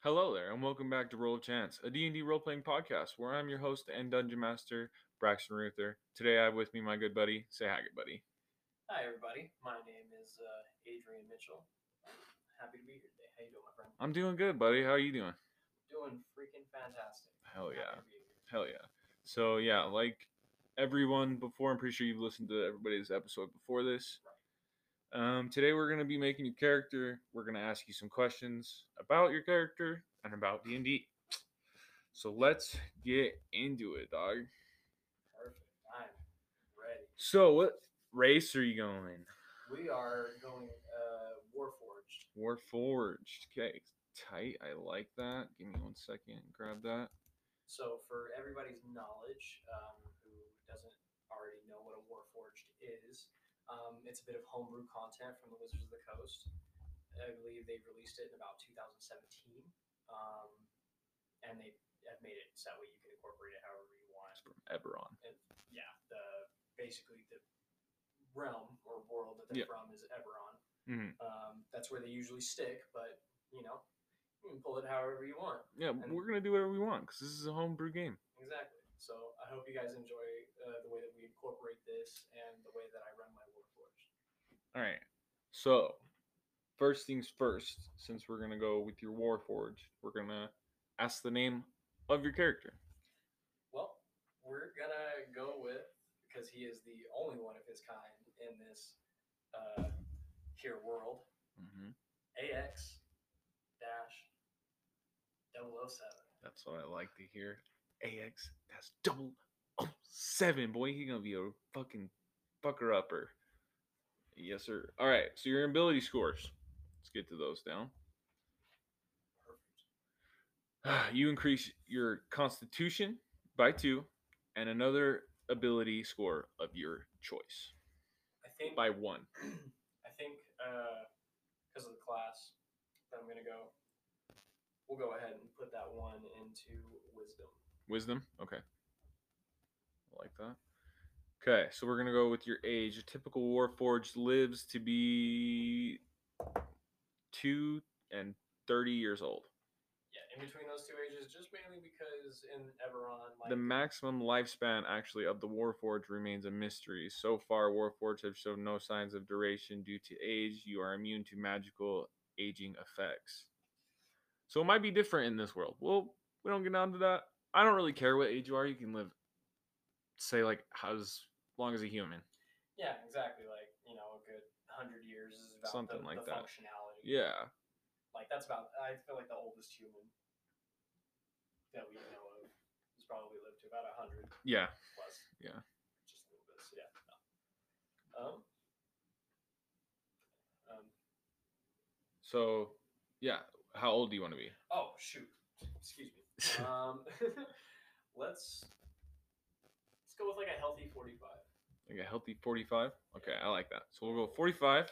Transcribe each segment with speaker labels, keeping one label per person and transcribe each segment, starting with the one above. Speaker 1: Hello there, and welcome back to Roll of Chance, a D&D role-playing podcast where I'm your host and dungeon master, Braxton Ruther. Today I have with me my good buddy, say hi, good buddy.
Speaker 2: Hi, everybody. My name is uh, Adrian Mitchell. Happy to be here today. How you doing, my friend?
Speaker 1: I'm doing good, buddy. How are you doing?
Speaker 2: Doing freaking fantastic.
Speaker 1: Hell Oh,
Speaker 2: Happy
Speaker 1: yeah.
Speaker 2: to be here.
Speaker 1: Hell yeah. So yeah, like everyone before, I'm pretty sure you've listened to everybody's episode before this. Um, today we're gonna be making your character. We're gonna ask you some questions about your character and about D and D. So let's get into it, dog.
Speaker 2: Perfect. I'm ready.
Speaker 1: So what race are you going?
Speaker 2: We are going uh, Warforged.
Speaker 1: War forged. Okay, tight. I like that. Give me one second. Grab that.
Speaker 2: So, for everybody's knowledge um, who doesn't already know what a Warforged is, um, it's a bit of homebrew content from the Wizards of the Coast. I believe they released it in about 2017, um, and they have made it so that way you can incorporate it however you want.
Speaker 1: It's from Eberron.
Speaker 2: and yeah, the basically the realm or world that
Speaker 1: Yeah.
Speaker 2: they're from is Eberron.
Speaker 1: Mhm.
Speaker 2: Um, that's where they usually stick, but you know, you can pull it however you want.
Speaker 1: Yeah, we're gonna do whatever we want because this is a homebrew game.
Speaker 2: Exactly. So I hope you guys enjoy uh, the way that we incorporate this and the way that I run my Warforged.
Speaker 1: All right. So, first things first, since we're going to go with your Warforged, we're going to ask the name of your character.
Speaker 2: Well, we're gonna go with because he is the only one of his kind in this uh, here world.
Speaker 1: Mm-hmm.
Speaker 2: AX dash 007.
Speaker 1: That's what I like to hear. AX, that's double oh seven, boy. He going to be a fucking fucker upper. Yes, sir. All right. So, your ability scores. Let's get to those down.
Speaker 2: Perfect.
Speaker 1: You increase your constitution by two and another ability score of your choice
Speaker 2: I think
Speaker 1: by one.
Speaker 2: I think because of the class, that I'm gonna go. We'll go ahead and put that one into wisdom.
Speaker 1: Wisdom. Okay. I like that. Okay, so we're gonna go with your age. A typical Warforged lives to be two and thirty years old.
Speaker 2: Yeah, in between those two ages, just mainly because in Everon, like
Speaker 1: The maximum lifespan actually of the Warforged remains a mystery. So far, Warforged have shown no signs of duration due to age. You are immune to magical aging effects. So it might be different in this world. Well, we don't get down to that. I don't really care what age you are. You can live, say, like how- as long as a human.
Speaker 2: yeah, exactly. Like you know, a good hundred years is about
Speaker 1: Something
Speaker 2: the,
Speaker 1: like
Speaker 2: the
Speaker 1: that.
Speaker 2: functionality.
Speaker 1: Yeah.
Speaker 2: like that's about. I feel like the oldest human that we know of has probably lived to about a hundred.
Speaker 1: Yeah.
Speaker 2: plus.
Speaker 1: Yeah.
Speaker 2: Just a little bit. So yeah. No. Um. Um.
Speaker 1: So, yeah. How old do you want to be?
Speaker 2: Oh shoot! Excuse me. Um. let's let's go with like a healthy forty-five.
Speaker 1: Like a healthy 45? Okay, I like that. So we'll go 45.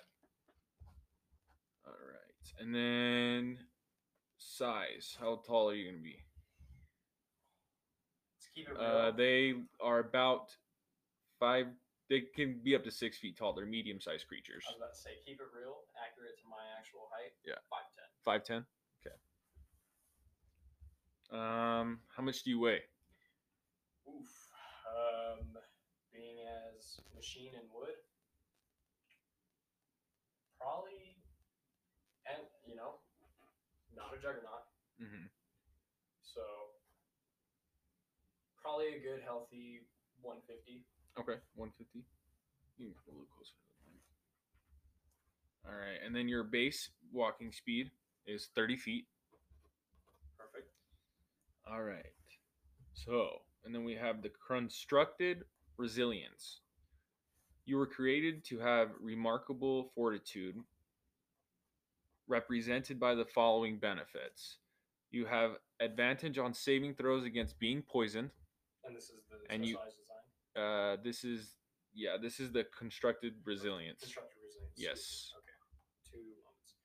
Speaker 1: All right. And then size. How tall are you going to be?
Speaker 2: Let's keep it real.
Speaker 1: Uh, they are about five, they can be up to six feet tall. They're medium sized creatures.
Speaker 2: I was about to say keep it real, accurate to my actual height.
Speaker 1: Yeah.
Speaker 2: Five ten.
Speaker 1: 5'10? Okay. Um, how much do you weigh?
Speaker 2: Oof. Um. Being as machine and wood. Probably. And you know, not a juggernaut.
Speaker 1: Mm-hmm.
Speaker 2: So probably a good healthy 150.
Speaker 1: Okay, 150. You can get a little closer to the mic. All right. And then your base walking speed is 30 feet.
Speaker 2: Perfect.
Speaker 1: All right. So, and then we have the constructed resilience. You were created to have remarkable fortitude, represented by the following benefits. You have advantage on saving throws against being poisoned.
Speaker 2: And this is the
Speaker 1: And you-
Speaker 2: specialized design.
Speaker 1: Uh, this is, yeah, this is the constructed resilience.
Speaker 2: Constructive resilience.
Speaker 1: Yes.
Speaker 2: Two moments.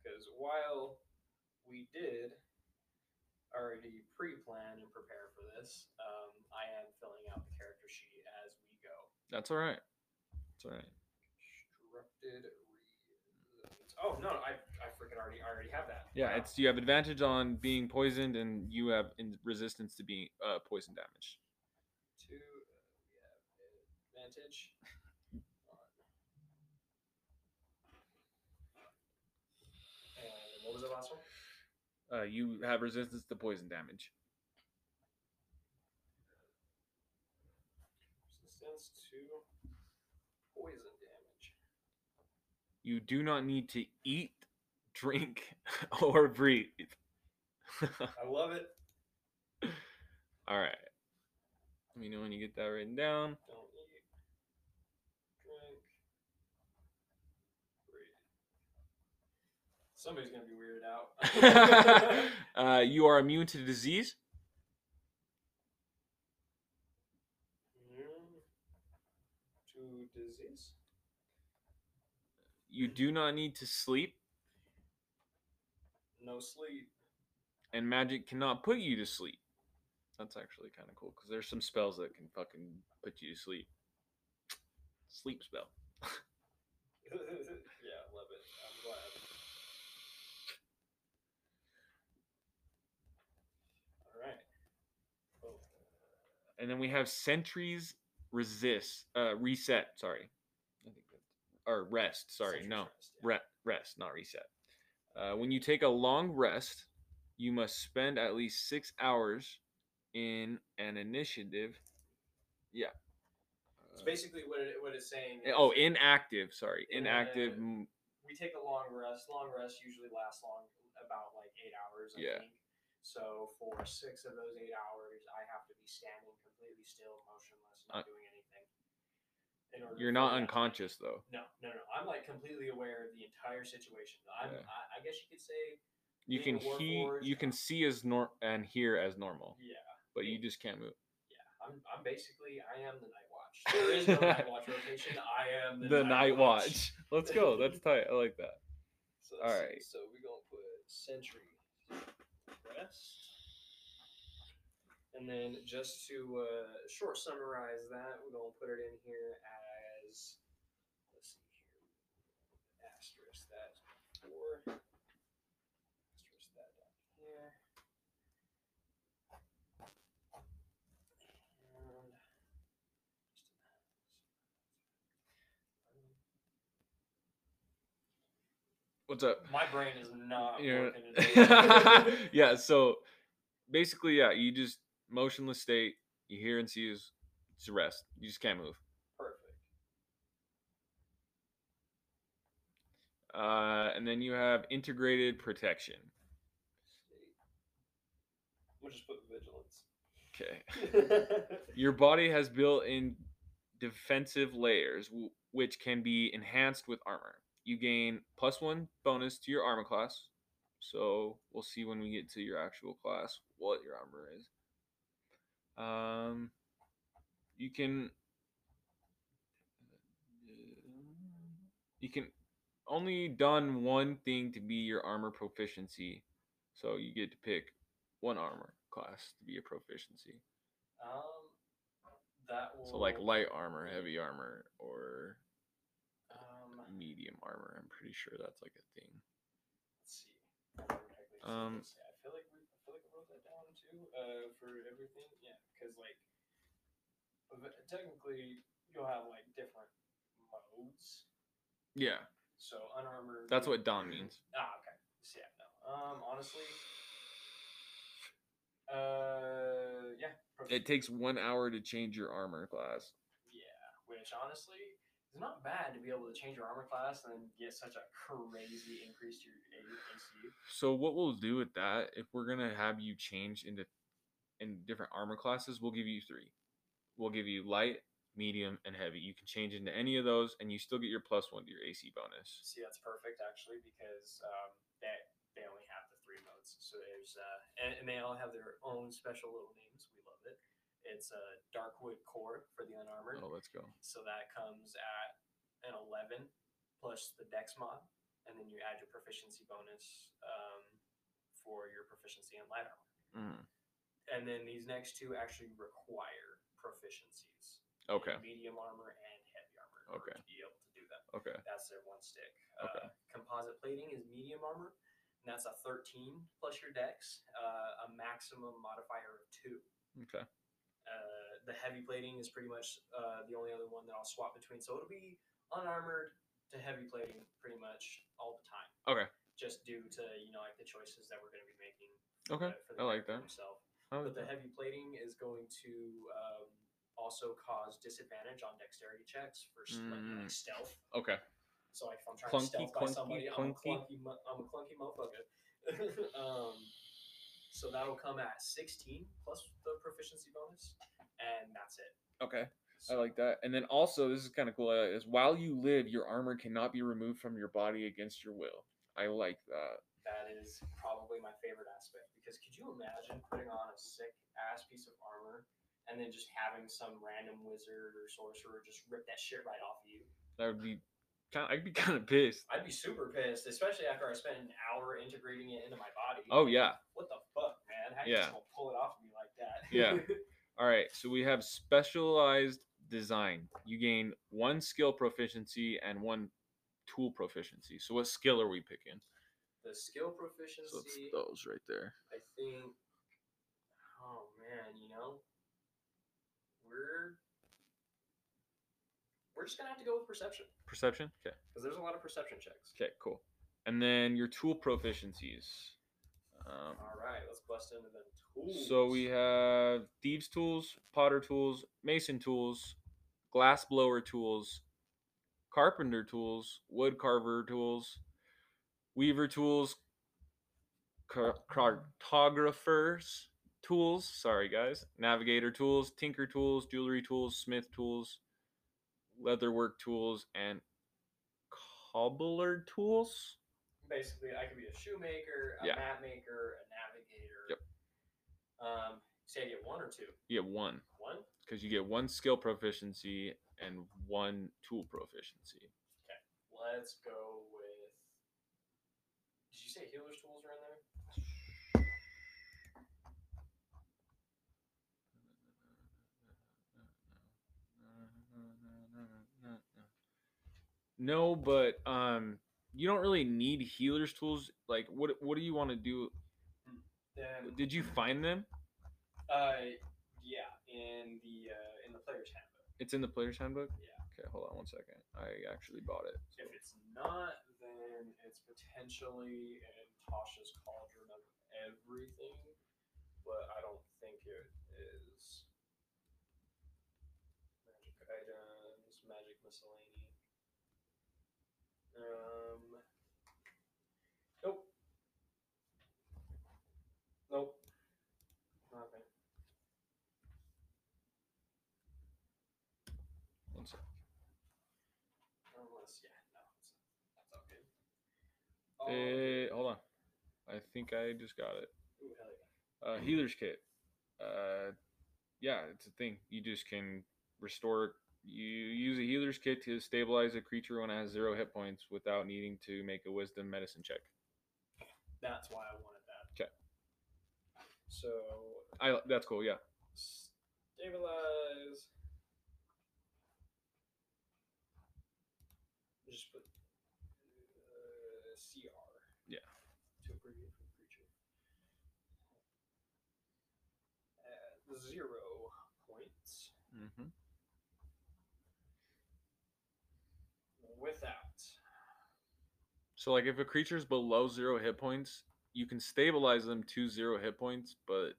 Speaker 2: Because while we did already pre-plan and prepare for this, um, I am filling out the character sheet as we go.
Speaker 1: That's all right. That's all right.
Speaker 2: Constructed resilience. Oh no, I I for, can already I already have that.
Speaker 1: Yeah,
Speaker 2: Wow.
Speaker 1: it's you have advantage on being poisoned, and you have in resistance to being uh, poison damage.
Speaker 2: two. Uh, yeah, advantage. And what was the last one?
Speaker 1: Uh, you have resistance to poison damage.
Speaker 2: Resistance to poison damage.
Speaker 1: You do not need to eat, drink, or breathe.
Speaker 2: I love it.
Speaker 1: All right. Let me know when you get that written down.
Speaker 2: Don't eat, drink, breathe. Somebody's gonna be weirded out.
Speaker 1: uh, you are immune to disease.
Speaker 2: Immune to disease.
Speaker 1: You do not need to sleep,
Speaker 2: No sleep.
Speaker 1: and magic cannot put you to sleep. That's actually kind of cool because there's some spells that can fucking put you to sleep. Sleep spell.
Speaker 2: yeah, love it. I'm glad. All right. Oh, Cool.
Speaker 1: and then we have sentries resist uh reset sorry I think that- or rest sorry
Speaker 2: Century
Speaker 1: no
Speaker 2: Trust, yeah.
Speaker 1: re- rest not reset uh, when you take a long rest you must spend at least six hours in an initiative yeah
Speaker 2: It's
Speaker 1: Uh,
Speaker 2: basically what it, what it's saying.
Speaker 1: eh,
Speaker 2: is
Speaker 1: oh inactive sorry
Speaker 2: Yeah.
Speaker 1: inactive m-
Speaker 2: we take a long rest. Long rest usually lasts long, about like eight hours. I
Speaker 1: Yeah.
Speaker 2: think. So for six of those eight hours, I have to be standing completely still, motionless, not doing anything. in order
Speaker 1: Uh, you're
Speaker 2: for
Speaker 1: not
Speaker 2: that-
Speaker 1: unconscious though
Speaker 2: No, no, no. I'm like completely aware of the entire situation. I'm,
Speaker 1: Yeah.
Speaker 2: I, I guess you could say,
Speaker 1: you
Speaker 2: Being
Speaker 1: can
Speaker 2: a
Speaker 1: he
Speaker 2: warforged,
Speaker 1: you can
Speaker 2: uh,
Speaker 1: see as nor and hear as normal
Speaker 2: yeah,
Speaker 1: but you just can't move
Speaker 2: yeah. I'm, I'm basically, I am the night watch. There is no night watch rotation. I am the,
Speaker 1: the night watch let's go that's tight i like that
Speaker 2: So,
Speaker 1: All right.
Speaker 2: So we're gonna put Sentry rest, and then just to uh, short summarize that, we're gonna put it in here as let's see here asterisk that or asterisk that down here. And
Speaker 1: what's up
Speaker 2: my brain is not
Speaker 1: You're-
Speaker 2: working today.
Speaker 1: yeah, so basically, yeah, you just motionless state, you hear and see is it's a rest. You just can't move.
Speaker 2: Perfect.
Speaker 1: Uh, and then you have integrated protection.
Speaker 2: We'll just put vigilance.
Speaker 1: Okay. Your body has built in defensive layers, w- which can be enhanced with armor. You gain plus one bonus to your armor class. So we'll see when we get to your actual class what your armor is. Um, you can. You can only done one thing to be your armor proficiency. So you get to pick one armor class to be your proficiency.
Speaker 2: um, that will.
Speaker 1: So like light armor, heavy armor, or
Speaker 2: Um, let's
Speaker 1: medium armor. I'm pretty sure that's like a thing.
Speaker 2: see. I don't know exactly what
Speaker 1: Um,
Speaker 2: to say. I feel like we, I feel like I wrote that down too. Uh, for everything, yeah, because like, v- technically, you'll have like different modes.
Speaker 1: Yeah,
Speaker 2: So unarmored.
Speaker 1: that's
Speaker 2: would-
Speaker 1: what Don means.
Speaker 2: Ah, okay. So, yeah, no. Um, honestly. Uh, yeah.
Speaker 1: It takes one hour to change your armor class.
Speaker 2: Yeah, which honestly is not bad to be able to change your armor class and then get such a crazy increase to your A- ACU.
Speaker 1: So what we'll do with that, if we're gonna have you change into in different armor classes, we'll give you three. We'll give you light, medium, and heavy. You can change into any of those, and you still get your plus one to your AC bonus.
Speaker 2: See, that's perfect actually because um, that they only have the three modes. So there's uh, and, and they all have their own special little names. We love it. It's a uh, Darkwood Core for the unarmored.
Speaker 1: Oh, let's go.
Speaker 2: So that comes at an 11 plus the dex mod, and then you add your proficiency bonus um, for your proficiency in light armor.
Speaker 1: Mm,
Speaker 2: and then these next two actually require proficiencies. in
Speaker 1: Okay.
Speaker 2: Medium armor and heavy armor. in order
Speaker 1: Okay.
Speaker 2: To be able to do that,
Speaker 1: Okay.
Speaker 2: That's their one stick.
Speaker 1: Okay.
Speaker 2: Uh, composite plating is medium armor, and that's a 13 plus your dex, uh, a maximum modifier of two.
Speaker 1: Okay.
Speaker 2: Uh, the heavy plating is pretty much uh, the only other one that I'll swap between. So it'll be unarmored to heavy plating pretty much all the time.
Speaker 1: Okay.
Speaker 2: Just due to you know like the choices that we're going to be making.
Speaker 1: Okay.
Speaker 2: uh, for
Speaker 1: I like
Speaker 2: character
Speaker 1: that.
Speaker 2: Himself.
Speaker 1: I like
Speaker 2: But the
Speaker 1: that.
Speaker 2: heavy plating is going to um, also cause disadvantage on dexterity checks for s- like,
Speaker 1: Mm.
Speaker 2: like stealth.
Speaker 1: Okay.
Speaker 2: So like if I'm trying
Speaker 1: Clunky,
Speaker 2: to stealth by
Speaker 1: clunky,
Speaker 2: somebody, I'm a
Speaker 1: clunky.
Speaker 2: clunky, mu- I'm a clunky motherfucker. um, so that'll come at 16 plus the proficiency bonus, and that's it.
Speaker 1: Okay. I
Speaker 2: So,
Speaker 1: like that. And then also, this is kind of cool. I like this. While you live, your armor cannot be removed from your body against your will. I like that.
Speaker 2: that is probably my favorite aspect because could you imagine putting on a sick ass piece of armor and then just having some random wizard or sorcerer just rip that shit right off of you?
Speaker 1: That would be kind. I'd be kind of pissed.
Speaker 2: I'd be super pissed, especially after I spent an hour integrating it into my body.
Speaker 1: Oh yeah.
Speaker 2: What the fuck, man? How you
Speaker 1: Yeah.
Speaker 2: just gonna pull it off of me like that?
Speaker 1: Yeah. All right. So we have specialized design. You gain one skill proficiency and one tool proficiency. So what skill are we picking?
Speaker 2: the skill
Speaker 1: So it's
Speaker 2: proficiency,
Speaker 1: those right there.
Speaker 2: I think. Oh man, you know, we're we're just gonna have to go with perception
Speaker 1: Perception. Okay.
Speaker 2: because there's a lot of perception checks.
Speaker 1: Okay. Cool. And then your tool proficiencies. Um,
Speaker 2: All right, let's bust into the tools.
Speaker 1: So we have thieves tools, potter tools, mason tools, glass blower tools, carpenter tools, wood carver tools, weaver tools, car- cartographers tools, sorry guys, navigator tools, tinker tools, jewelry tools, smith tools, leatherwork tools and cobbler tools.
Speaker 2: basically I could be a shoemaker, a
Speaker 1: Yeah.
Speaker 2: map maker, a navigator.
Speaker 1: Yep.
Speaker 2: Um, say I get one or two.
Speaker 1: You get one
Speaker 2: One.
Speaker 1: because you get one skill proficiency and one tool proficiency.
Speaker 2: Let's go with. Did you say healer's tools are in there?
Speaker 1: No, but um, you don't really need healers tools. Like, what what do you want to do?
Speaker 2: Then,
Speaker 1: Did you find them?
Speaker 2: uh, yeah, in the uh, in the player's handbook.
Speaker 1: It's in the player's handbook.
Speaker 2: Yeah.
Speaker 1: Okay, hold on one second. I actually bought it. so-
Speaker 2: If it's not, then it's potentially in Tasha's cauldron of everything, but I don't think it is. Magic items, magic miscellany. Um. Nope. Nope. Nothing.
Speaker 1: One sec.
Speaker 2: Unless, yeah, no, it's, that's all good. Um,
Speaker 1: Eh, hold on. I think I just got it.
Speaker 2: Ooh, hell yeah.
Speaker 1: uh, healer's kit. Uh, yeah, it's a thing. You just can restore. You use a healer's kit to stabilize a creature when it has zero hit points without needing to make a wisdom medicine check.
Speaker 2: That's why I wanted that.
Speaker 1: 'Kay.
Speaker 2: So
Speaker 1: I that's cool. Yeah,
Speaker 2: stabilize. Just put uh, CR.
Speaker 1: Yeah.
Speaker 2: To abbreviate for the creature. At Uh, zero points
Speaker 1: mm-hmm.
Speaker 2: without.
Speaker 1: so like if a creature's below zero hit points, you can stabilize them to zero hit points, but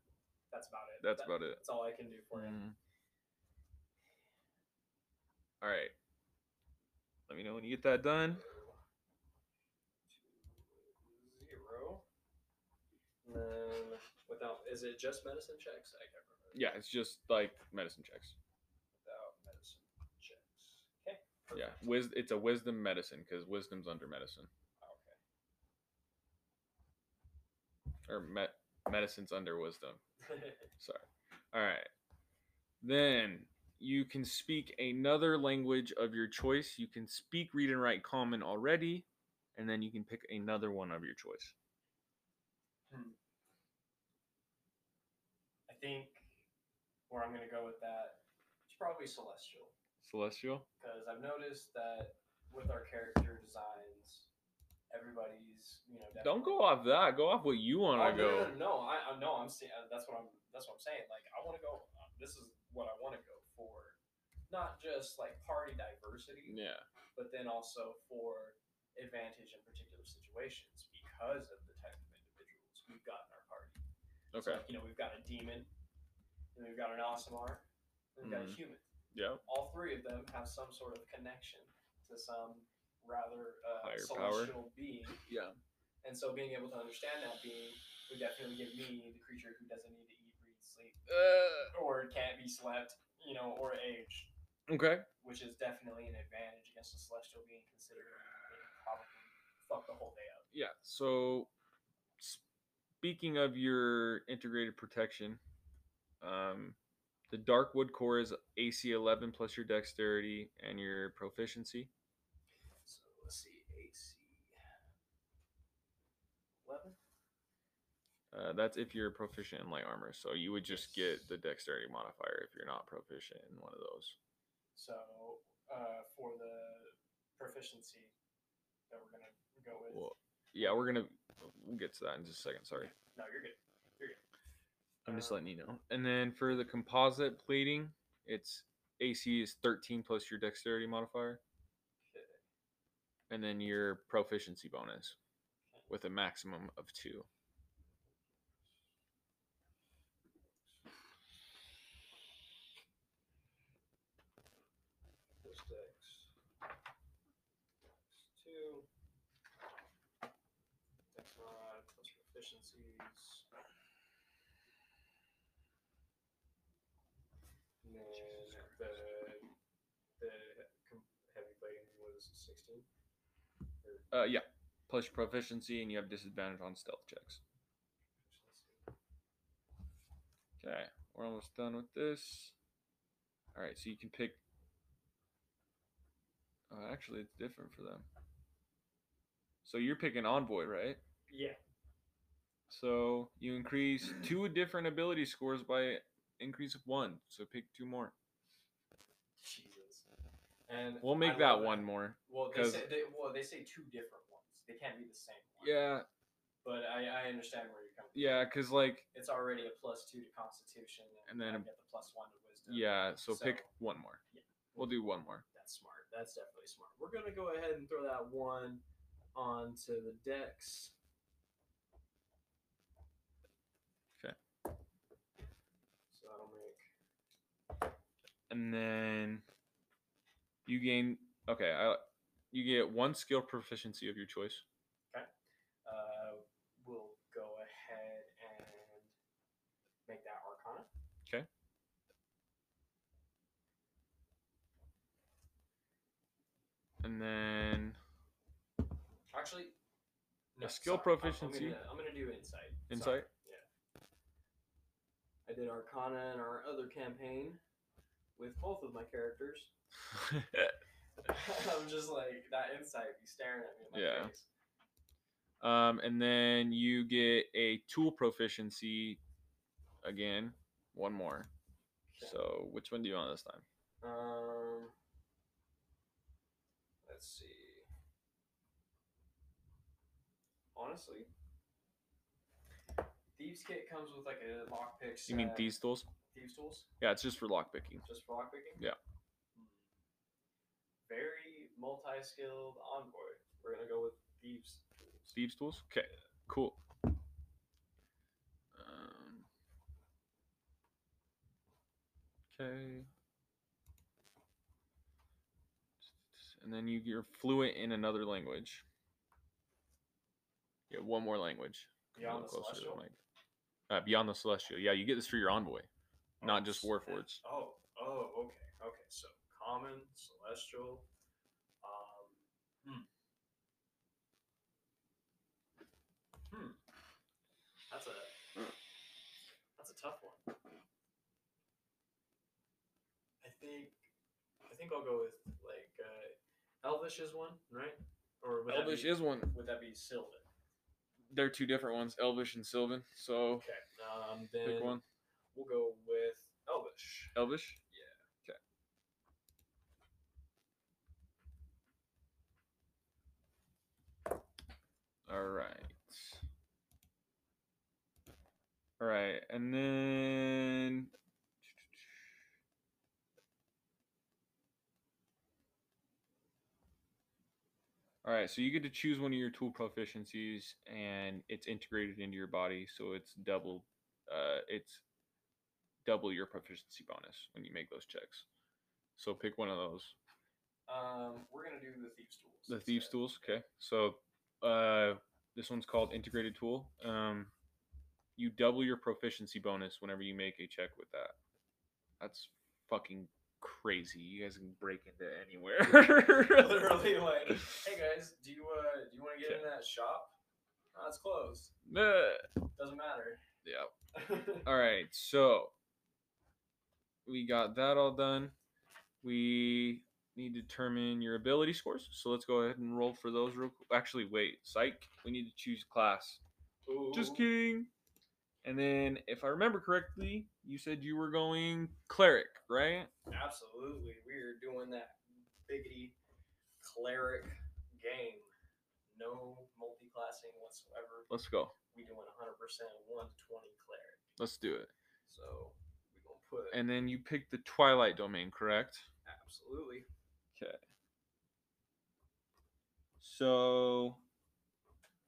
Speaker 2: That's about it.
Speaker 1: that's
Speaker 2: That-
Speaker 1: about it.
Speaker 2: That's all I can do for you.
Speaker 1: Mhm. All right. Let me know when you get that done.
Speaker 2: Zero. And then without is it just medicine checks? I can't remember.
Speaker 1: Yeah, it's just like medicine checks.
Speaker 2: Without medicine checks. Okay.
Speaker 1: Yeah, wis- it's a wisdom medicine because wisdom's under medicine
Speaker 2: Okay.
Speaker 1: or me- medicine's under wisdom. Sorry. All right. Then you can speak another language of your choice. You can speak, read, and write common already, and then you can pick another one of your choice.
Speaker 2: Hmm. I think where I'm gonna go with that, it's probably celestial
Speaker 1: Celestial.
Speaker 2: because I've noticed that with our character designs. Everybody's, you know.
Speaker 1: Don't
Speaker 2: definitely-
Speaker 1: go off that. Go off what you want to
Speaker 2: Oh, no,
Speaker 1: go.
Speaker 2: No, no, no, I, I no, I'm saying that's what I'm that's what I'm saying. Like I want to go. uh, This is what I want to go for, not just like party diversity,
Speaker 1: Yeah.
Speaker 2: but then also for advantage in particular situations because of the type of individuals we've got in our party. So,
Speaker 1: Okay.
Speaker 2: like, you know, we've got a demon, and we've got an Asimar, and we've got a
Speaker 1: Mhm.
Speaker 2: human.
Speaker 1: Yeah.
Speaker 2: All three of them have some sort of connection to some rather uh,
Speaker 1: Higher power.
Speaker 2: celestial being.
Speaker 1: Yeah.
Speaker 2: And so being able to understand that being would definitely give me, the creature who doesn't need to eat, breathe, sleep, or can't be slept, you know, or aged,
Speaker 1: Okay.
Speaker 2: which is definitely an advantage against a celestial being considering they can probably fuck the whole day up.
Speaker 1: Yeah. So, speaking of your integrated protection, um, the Darkwood core is AC 11 plus your dexterity and your proficiency.
Speaker 2: So let's see, AC 11?
Speaker 1: Uh, that's if you're proficient in light armor. So you would just get the dexterity modifier if you're not proficient in one of those.
Speaker 2: So uh, for the proficiency that we're going to go with.
Speaker 1: Well, yeah, we're gonna we'll get to that in just a second. Sorry,
Speaker 2: no, you're good. You're good.
Speaker 1: I'm just
Speaker 2: Uh,
Speaker 1: letting you know. And then for the composite plating, it's AC is 13 plus your dexterity modifier,
Speaker 2: Okay.
Speaker 1: and then your proficiency bonus with a maximum of two.
Speaker 2: Those decks. Dex Two. uh, Dex mod plus proficiencies. And then the the com- heavy plating was sixteen.
Speaker 1: Uh, yeah, plus your proficiency, and you have disadvantage on stealth checks. Okay, we're almost done with this. All right, so you can pick. Oh, actually, it's different for them. So you're picking Envoy, right?
Speaker 2: Yeah.
Speaker 1: So you increase two different ability scores by increase of one. So pick two more.
Speaker 2: Jesus. And
Speaker 1: We'll
Speaker 2: I
Speaker 1: make that
Speaker 2: love
Speaker 1: one more.
Speaker 2: Well, they
Speaker 1: 'cause-
Speaker 2: say they, well they say two different ones. They can't be the same. One.
Speaker 1: Yeah,
Speaker 2: But I, I understand where you're coming.
Speaker 1: yeah, cause like
Speaker 2: It's already a plus two to Constitution,
Speaker 1: And
Speaker 2: and,
Speaker 1: then
Speaker 2: I
Speaker 1: a-
Speaker 2: get the plus one to Wisdom.
Speaker 1: yeah. So pick
Speaker 2: So-
Speaker 1: one more.
Speaker 2: Yeah.
Speaker 1: We'll do one more.
Speaker 2: That's smart. That's definitely smart. We're gonna go ahead and throw that one onto the decks.
Speaker 1: Okay.
Speaker 2: So that'll make
Speaker 1: and then you gain okay I, you get one skill proficiency of your choice
Speaker 2: uh, we'll go ahead and make that Arcana.
Speaker 1: 'Kay. and then
Speaker 2: Actually,
Speaker 1: A skill
Speaker 2: sorry. I'm-
Speaker 1: proficiency?
Speaker 2: I'm, gonna, I'm gonna do insight.
Speaker 1: Insight?
Speaker 2: Sorry. Yeah. I did Arcana in our other campaign with both of my characters. I'm just like that insight be staring at me in my
Speaker 1: Yeah.
Speaker 2: face.
Speaker 1: um, and then you get a tool proficiency again one more
Speaker 2: Okay.
Speaker 1: so which one do you want this time
Speaker 2: Um, let's see. Honestly, thieves kit comes with like a lockpick.
Speaker 1: you mean
Speaker 2: set,
Speaker 1: these tools
Speaker 2: thieves tools?
Speaker 1: yeah it's just for lockpicking
Speaker 2: Just for lockpicking?
Speaker 1: Yeah.
Speaker 2: Hmm. Very multi-skilled envoy. We're gonna go with thieves tools.
Speaker 1: thieves tools okay cool um, okay and then you, you're fluent in another language yeah one more language Come a
Speaker 2: Beyond
Speaker 1: little
Speaker 2: the
Speaker 1: closer to
Speaker 2: Celestial?
Speaker 1: mic. uh, beyond the celestial yeah you get this for your envoy not
Speaker 2: Oh,
Speaker 1: just
Speaker 2: s-
Speaker 1: warforged
Speaker 2: Oh, oh, okay, okay. So common, celestial. Um, hmm. Hmm. That's a that's a tough one. I think I think I'll go with like uh, Elvish is one, right? Or would
Speaker 1: elvish
Speaker 2: that be,
Speaker 1: is one
Speaker 2: would that be Sylvan?
Speaker 1: they're two different ones elvish and sylvan so
Speaker 2: Okay. Um,
Speaker 1: pick
Speaker 2: then
Speaker 1: one
Speaker 2: we'll go with Elvish.
Speaker 1: elvish All right. All right, and then All right, so you get to choose one of your tool proficiencies, and it's integrated into your body, so it's double, uh, it's double your proficiency bonus when you make those checks. So pick one of those.
Speaker 2: Um, we're gonna do the thieves tools.
Speaker 1: The thieves
Speaker 2: instead.
Speaker 1: tools. Okay, so uh, this one's called integrated tool. Um, you double your proficiency bonus whenever you make a check with that. That's fucking crazy. You guys can break into anywhere.
Speaker 2: Literally, like, hey guys, do you uh, do you want to get in that shop? No, it's closed.
Speaker 1: Uh,
Speaker 2: Doesn't matter.
Speaker 1: yeah. All right, so we got that all done. We need to determine your ability scores. So let's go ahead and roll for those real quick. Actually, wait, psych. We need to choose class. Just
Speaker 2: Ooh.
Speaker 1: kidding. And then, if I remember correctly, you said you were going cleric, right?
Speaker 2: Absolutely, we are doing that biggity cleric game. No multi-classing whatsoever.
Speaker 1: Let's go.
Speaker 2: We doing 100% 120 cleric.
Speaker 1: Let's do it.
Speaker 2: So we gonna put
Speaker 1: And then you picked the Twilight domain, correct?
Speaker 2: absolutely.
Speaker 1: So,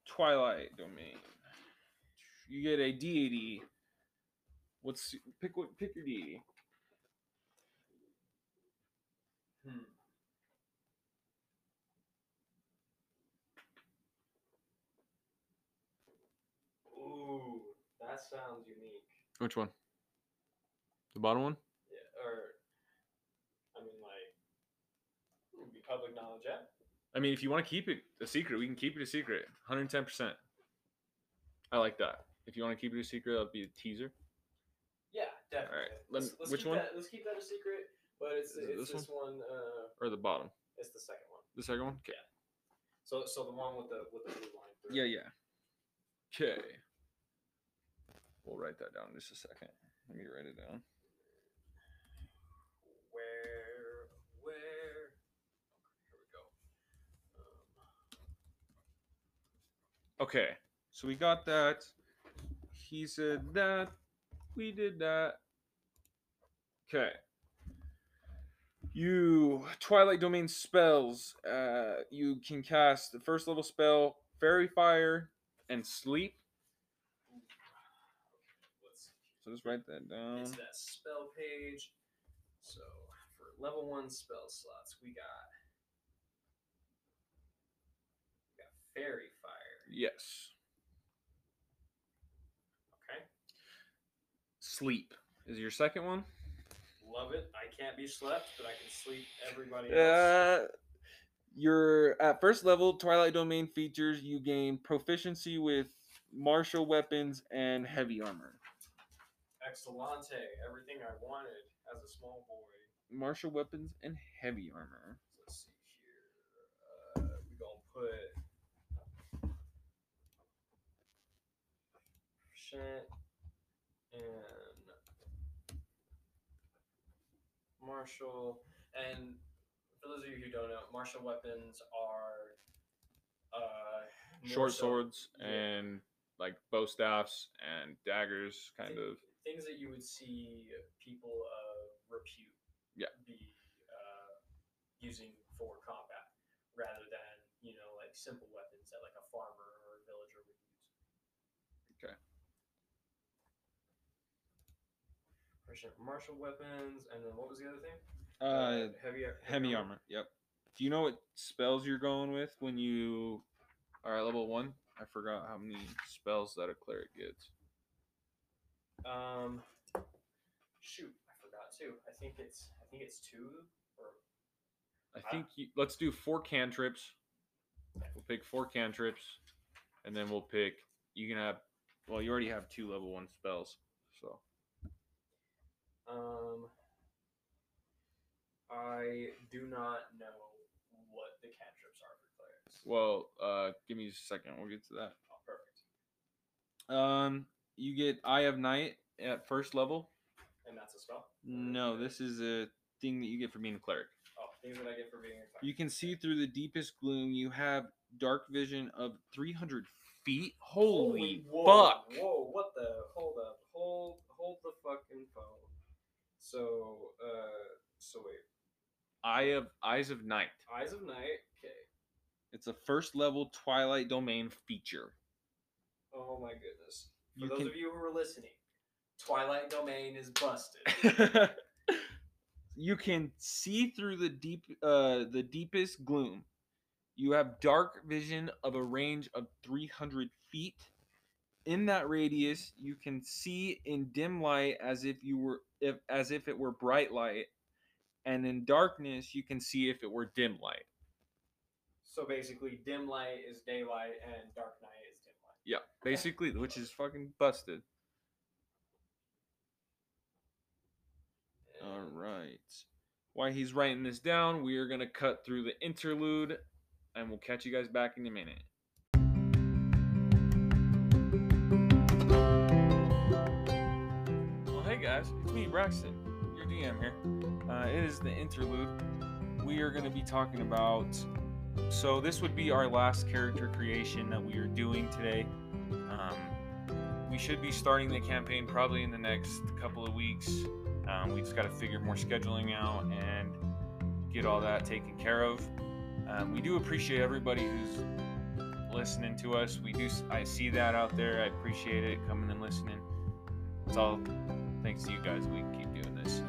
Speaker 1: Twilight domain. You get a deity. What's pick? What pick your deity?
Speaker 2: Hmm. Ooh, that sounds unique.
Speaker 1: Which one? The bottom one.
Speaker 2: Yeah, or I mean, like, it would be public knowledge. Yeah.
Speaker 1: I mean, if you want to keep it a secret, we can keep it a secret. One hundred ten percent. I like that. If you want to keep it a secret, that'll be a teaser.
Speaker 2: Yeah, definitely.
Speaker 1: Alright, lem-
Speaker 2: let's
Speaker 1: which
Speaker 2: keep
Speaker 1: one?
Speaker 2: That, let's keep that a secret. But it's
Speaker 1: Is it
Speaker 2: it's
Speaker 1: this
Speaker 2: this one. uh,
Speaker 1: or the bottom.
Speaker 2: it's the second one.
Speaker 1: The second one. Okay.
Speaker 2: So so the one with the with the blue line. through
Speaker 1: Yeah,
Speaker 2: it.
Speaker 1: yeah. Okay. We'll write that down in just a second. Let me write it down.
Speaker 2: Where where? Okay, here we go. Um,
Speaker 1: Okay. So we got that. He said that. We did that. Okay. You Twilight Domain spells. Uh, you can cast the first level spell, Fairy Fire, and Sleep.
Speaker 2: let's see.
Speaker 1: So just write that down.
Speaker 2: It's that spell page. So for level one spell slots, we got we got fairy fire.
Speaker 1: Yes.
Speaker 2: Okay,
Speaker 1: Sleep is your second one.
Speaker 2: love it. I can't be slept, but I can sleep everybody else.
Speaker 1: Uh, your at first level Twilight Domain features you gain proficiency with martial weapons and heavy armor.
Speaker 2: Excellente, everything I wanted as a small boy.
Speaker 1: Martial weapons and heavy armor.
Speaker 2: Let's see here. Uh, we gonna put percent and martial. And for those of you who don't know, martial weapons are uh, more
Speaker 1: Short
Speaker 2: so
Speaker 1: swords
Speaker 2: yeah.
Speaker 1: and like bow staffs and daggers, kind
Speaker 2: thi-
Speaker 1: of.
Speaker 2: things that you would see people of repute
Speaker 1: Yeah.
Speaker 2: be uh, using for combat rather than you know like simple weapons that like a farmer or a villager would use
Speaker 1: Okay.
Speaker 2: Percent martial weapons and then what was the other thing
Speaker 1: Uh,
Speaker 2: heavy ar-
Speaker 1: heavy armor. Yep. Do you know what spells you're going with when you are at level one? I forgot how many spells that a cleric gets.
Speaker 2: um shoot i forgot too i think it's i think it's two or
Speaker 1: I
Speaker 2: I-
Speaker 1: think you, let's do four cantrips. We'll pick four cantrips, and then we'll pick. You can have. Well, you already have two level one spells, so
Speaker 2: Um, I do not know what the cantrips are for players.
Speaker 1: well, uh, give me just a second. We'll get to
Speaker 2: Oh, perfect.
Speaker 1: that. Um, you get Eye of Night at first level.
Speaker 2: And that's a spell.
Speaker 1: No, this is a thing that you get for being a cleric.
Speaker 2: Oh, things that I get for being a cleric.
Speaker 1: You can see through the deepest gloom. You have dark vision of 300 feet. Holy
Speaker 2: whoa,
Speaker 1: fuck!
Speaker 2: Whoa, what the? Hold up. Hold hold the fucking phone. So, uh, so wait.
Speaker 1: Eye of Eyes of Night.
Speaker 2: Eyes of Night. Okay.
Speaker 1: It's a first level Twilight Domain feature.
Speaker 2: Oh my goodness. For
Speaker 1: You
Speaker 2: those
Speaker 1: can-
Speaker 2: of you who are listening, Twilight Domain is busted.
Speaker 1: you can see through the deep uh the deepest gloom you have dark vision of a range of 300 feet in that radius you can see in dim light as if you were if as if it were bright light and in darkness you can see if it were dim light
Speaker 2: so basically, dim light is daylight and dark night is dim light.
Speaker 1: yeah basically which is fucking busted All
Speaker 2: And
Speaker 1: right. While he's writing this down, we are going to cut through the interlude and we'll catch you guys back in a minute. Well, hey guys, it's me, Braxton, your DM here. Uh, it is the interlude. We are going to be talking about. So, this would be our last character creation that we are doing today. Um, we should be starting the campaign probably in the next couple of weeks. Um, we just got to figure more scheduling out and get all that taken care of. Um, we do appreciate everybody who's listening to us. We do. I see that out there. I appreciate it coming and listening. It's all thanks to you guys. We keep doing this.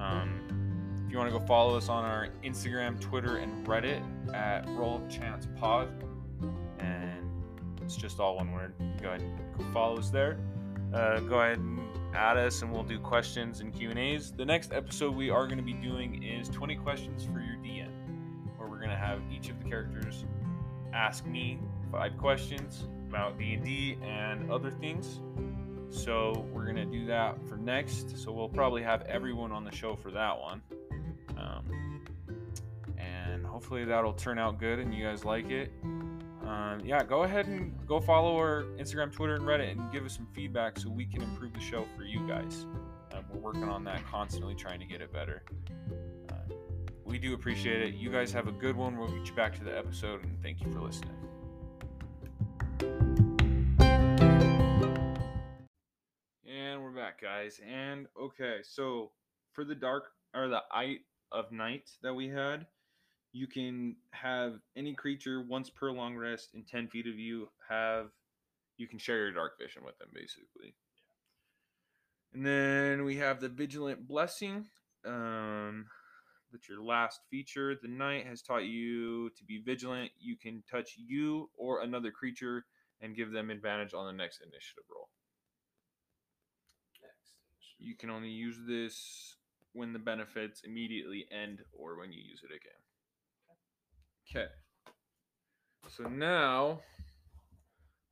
Speaker 1: Um, if you want to go follow us on our Instagram, Twitter, and Reddit at Roll Chance Pod, and it's just all one word. Go ahead, and go follow us there uh, go ahead and add us and we'll do questions and q&a's the next episode we are going to be doing is 20 questions for your dm where we're going to have each of the characters ask me five questions about d&d and other things so we're going to do that for next so we'll probably have everyone on the show for that one um, and hopefully that'll turn out good and you guys like it um, yeah, go ahead and go follow our Instagram, Twitter, and Reddit and give us some feedback so we can improve the show for you guys. Um, we're working on that constantly, trying to get it better. Uh, we do appreciate it. You guys have a good one. We'll get you back to the episode, and thank you for listening. And we're back, guys. And okay, so for the dark or the eye of night that we had, you can have any creature once per long rest in 10 feet of you have you can share your dark vision with them basically and then we have the vigilant blessing um that's your last feature the knight has taught you to be vigilant you can touch you or another creature and give them advantage on the next initiative roll
Speaker 2: Next.
Speaker 1: you can only use this when the benefits immediately end or when you use it again. Okay. So now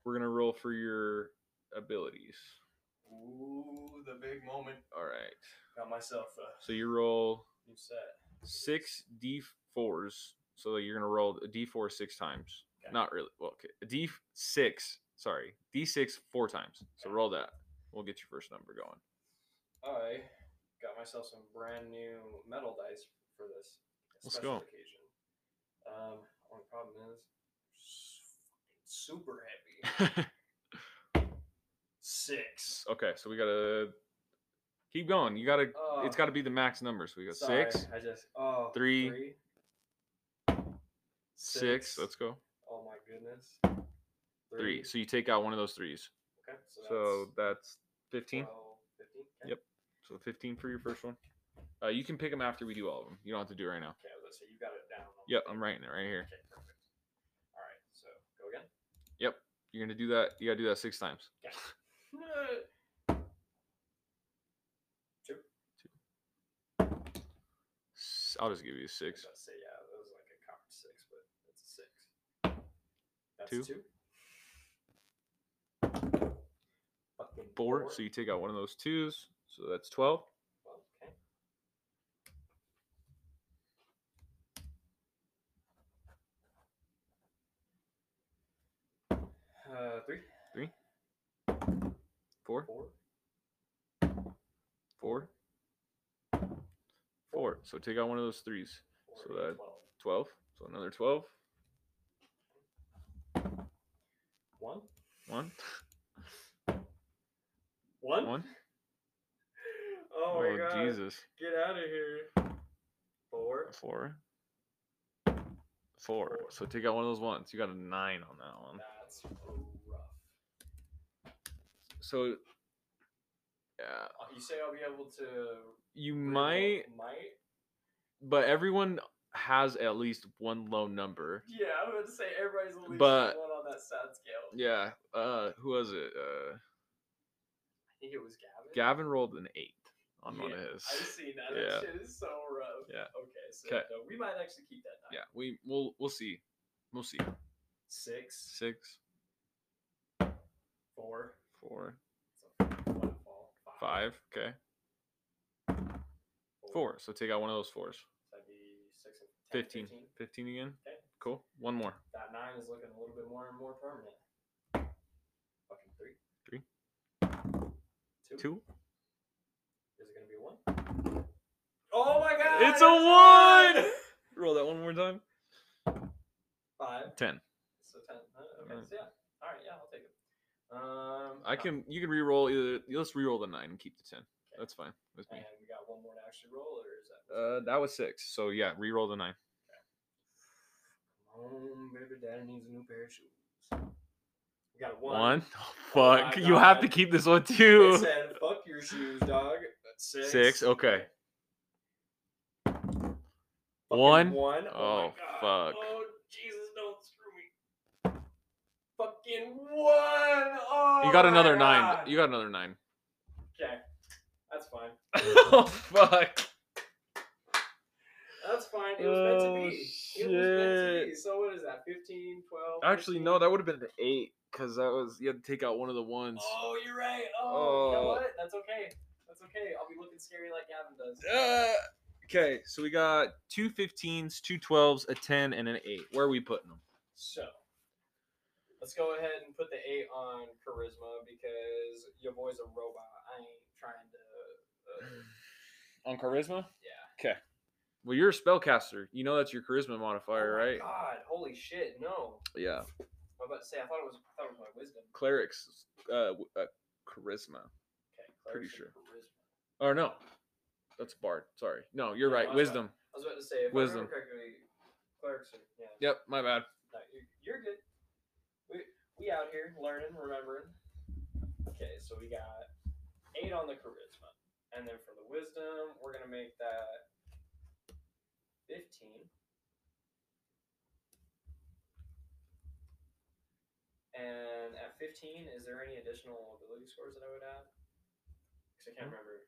Speaker 1: we're going to roll for your abilities.
Speaker 2: Ooh, the big moment.
Speaker 1: All right.
Speaker 2: Got myself a
Speaker 1: So you roll
Speaker 2: new set.
Speaker 1: six d4s. So that you're going to roll a d4 six times.
Speaker 2: Okay.
Speaker 1: Not really. Well, okay. A d6, sorry. d6 four times. So roll that. We'll get your first number going.
Speaker 2: I got myself some brand new metal dice for this
Speaker 1: Let's
Speaker 2: special
Speaker 1: go.
Speaker 2: occasion. Um, only problem is, s- super heavy. Six.
Speaker 1: Okay, so we gotta keep going. You gotta.
Speaker 2: Oh,
Speaker 1: it's gotta be the max number. So we got
Speaker 2: sorry,
Speaker 1: six,
Speaker 2: I just oh
Speaker 1: three,
Speaker 2: three,
Speaker 1: six. Let's go.
Speaker 2: Oh my goodness.
Speaker 1: 3 So you take out one of those threes.
Speaker 2: okay, so,
Speaker 1: So
Speaker 2: that's
Speaker 1: that's fifteen.
Speaker 2: 12, 15? Okay.
Speaker 1: Yep. So fifteen for your first one. Uh, you can pick them after we do all of them. You don't have to do it right now.
Speaker 2: Okay, let's say you got it down. on
Speaker 1: Yep,
Speaker 2: the
Speaker 1: I'm writing it right here.
Speaker 2: paper. Okay, perfect. All right, so go again.
Speaker 1: You're gonna do that. You gotta do that six times.
Speaker 2: Okay. Two.
Speaker 1: S- I'll just give you a
Speaker 2: I
Speaker 1: six.
Speaker 2: was about to say, yeah, that was like a common six, but that's a six. That's
Speaker 1: Two.
Speaker 2: two. Fucking
Speaker 1: Four. So you take out one of those twos. So that's twelve.
Speaker 2: Well, okay. Uh, three,
Speaker 1: Four.
Speaker 2: four,
Speaker 1: Four. Four. So take out one of those threes.
Speaker 2: four,
Speaker 1: So that-
Speaker 2: twelve.
Speaker 1: Twelve. So another twelve. One.
Speaker 2: One?
Speaker 1: One.
Speaker 2: Oh my god.
Speaker 1: Jesus.
Speaker 2: Get out of here. Four.
Speaker 1: Four. Four.
Speaker 2: Four.
Speaker 1: So take out one of those ones. You got a nine on that one.
Speaker 2: That's rough.
Speaker 1: So, yeah,
Speaker 2: Uh, You say I'll be able to.
Speaker 1: you
Speaker 2: re-roll-
Speaker 1: might,
Speaker 2: Might.
Speaker 1: but everyone has at least one low number.
Speaker 2: Yeah, I would say everybody's at least
Speaker 1: But-
Speaker 2: one on that sad scale.
Speaker 1: Yeah. Uh, who was it? Uh,
Speaker 2: I think it was Gavin.
Speaker 1: Gavin rolled an eight on one of
Speaker 2: Yeah,
Speaker 1: his.
Speaker 2: I've seen that.
Speaker 1: Yeah.
Speaker 2: That shit is so rough.
Speaker 1: Yeah.
Speaker 2: Okay, so
Speaker 1: 'Kay.
Speaker 2: no, we might actually keep that. Nine.
Speaker 1: Yeah, we we'll we'll see, we'll see.
Speaker 2: Six,
Speaker 1: Six,
Speaker 2: four,
Speaker 1: four,
Speaker 2: so one fall,
Speaker 1: five. Okay, four. So take out one of those fours.
Speaker 2: That'd be six and ten,
Speaker 1: Fifteen.
Speaker 2: 15.
Speaker 1: Fifteen again.
Speaker 2: Okay.
Speaker 1: Cool. One more.
Speaker 2: That nine is looking a little bit more and more permanent. Fucking three.
Speaker 1: Three.
Speaker 2: Two.
Speaker 1: Two.
Speaker 2: Is it gonna be a one? Oh my god!
Speaker 1: It's a one! Roll that one more time.
Speaker 2: Five.
Speaker 1: Ten.
Speaker 2: So ten. Uh, okay.
Speaker 1: Alright.
Speaker 2: So yeah. All right. Yeah, I'll take it. Um.
Speaker 1: I can. You can re-roll either. Let's re-roll the nine and keep the ten. That's fine with me.
Speaker 2: And oh, we got one more to actually roll, or is that?
Speaker 1: Uh, that was six. So yeah, re-roll the nine.
Speaker 2: Home, baby, daddy needs a new pair of shoes. We got a one.
Speaker 1: One.
Speaker 2: Oh
Speaker 1: fuck.
Speaker 2: my
Speaker 1: you have
Speaker 2: God.
Speaker 1: to keep this one
Speaker 2: It
Speaker 1: too.
Speaker 2: said, "Fuck your shoes, dog." Six.
Speaker 1: Six, okay.
Speaker 2: Fucking
Speaker 1: One?
Speaker 2: One. Oh,
Speaker 1: Oh,
Speaker 2: my God.
Speaker 1: fuck.
Speaker 2: Oh Jesus, don't screw me. Fucking one. Oh.
Speaker 1: You got
Speaker 2: my
Speaker 1: another nine.
Speaker 2: God.
Speaker 1: You got another nine.
Speaker 2: Okay, that's fine.
Speaker 1: oh fuck.
Speaker 2: That's fine. It was meant
Speaker 1: Oh,
Speaker 2: to be. It was meant to
Speaker 1: shit.
Speaker 2: be. So what is that? 15, 12?
Speaker 1: Actually, no. That would have been the eight because that was you had to take out one of the ones.
Speaker 2: Oh, you're right. Oh, you
Speaker 1: Oh.
Speaker 2: know what? That's okay. That's okay. I'll be looking scary like Gavin does.
Speaker 1: Uh, okay, so we got two 15s, two 12s, a 10, and an 8. Where are we putting them?
Speaker 2: So let's go ahead and put the eight on charisma because your boy's a robot. I ain't trying to. Uh,
Speaker 1: On charisma?
Speaker 2: yeah.
Speaker 1: Well, you're a spellcaster. You know that's your charisma modifier,
Speaker 2: oh my
Speaker 1: right?
Speaker 2: God! Holy shit! No.
Speaker 1: Yeah.
Speaker 2: I was about to say I thought it was I thought it was my wisdom.
Speaker 1: Clerics, uh, w- uh, charisma.
Speaker 2: Okay.
Speaker 1: Pretty
Speaker 2: clerics and
Speaker 1: sure.
Speaker 2: charisma.
Speaker 1: Or no, that's bard. Sorry. No, you're
Speaker 2: No,
Speaker 1: right.
Speaker 2: that's
Speaker 1: Wisdom.
Speaker 2: I was about to say if
Speaker 1: Wisdom.
Speaker 2: I remember correctly, clerics are yeah.
Speaker 1: Yep, my bad.
Speaker 2: No, you're, you're good. We we out here learning, remembering. Okay, so we got eight on the charisma, and then for the wisdom, we're gonna make that fifteen. And at fifteen, is there any additional ability scores that I would add? Because I can't remember.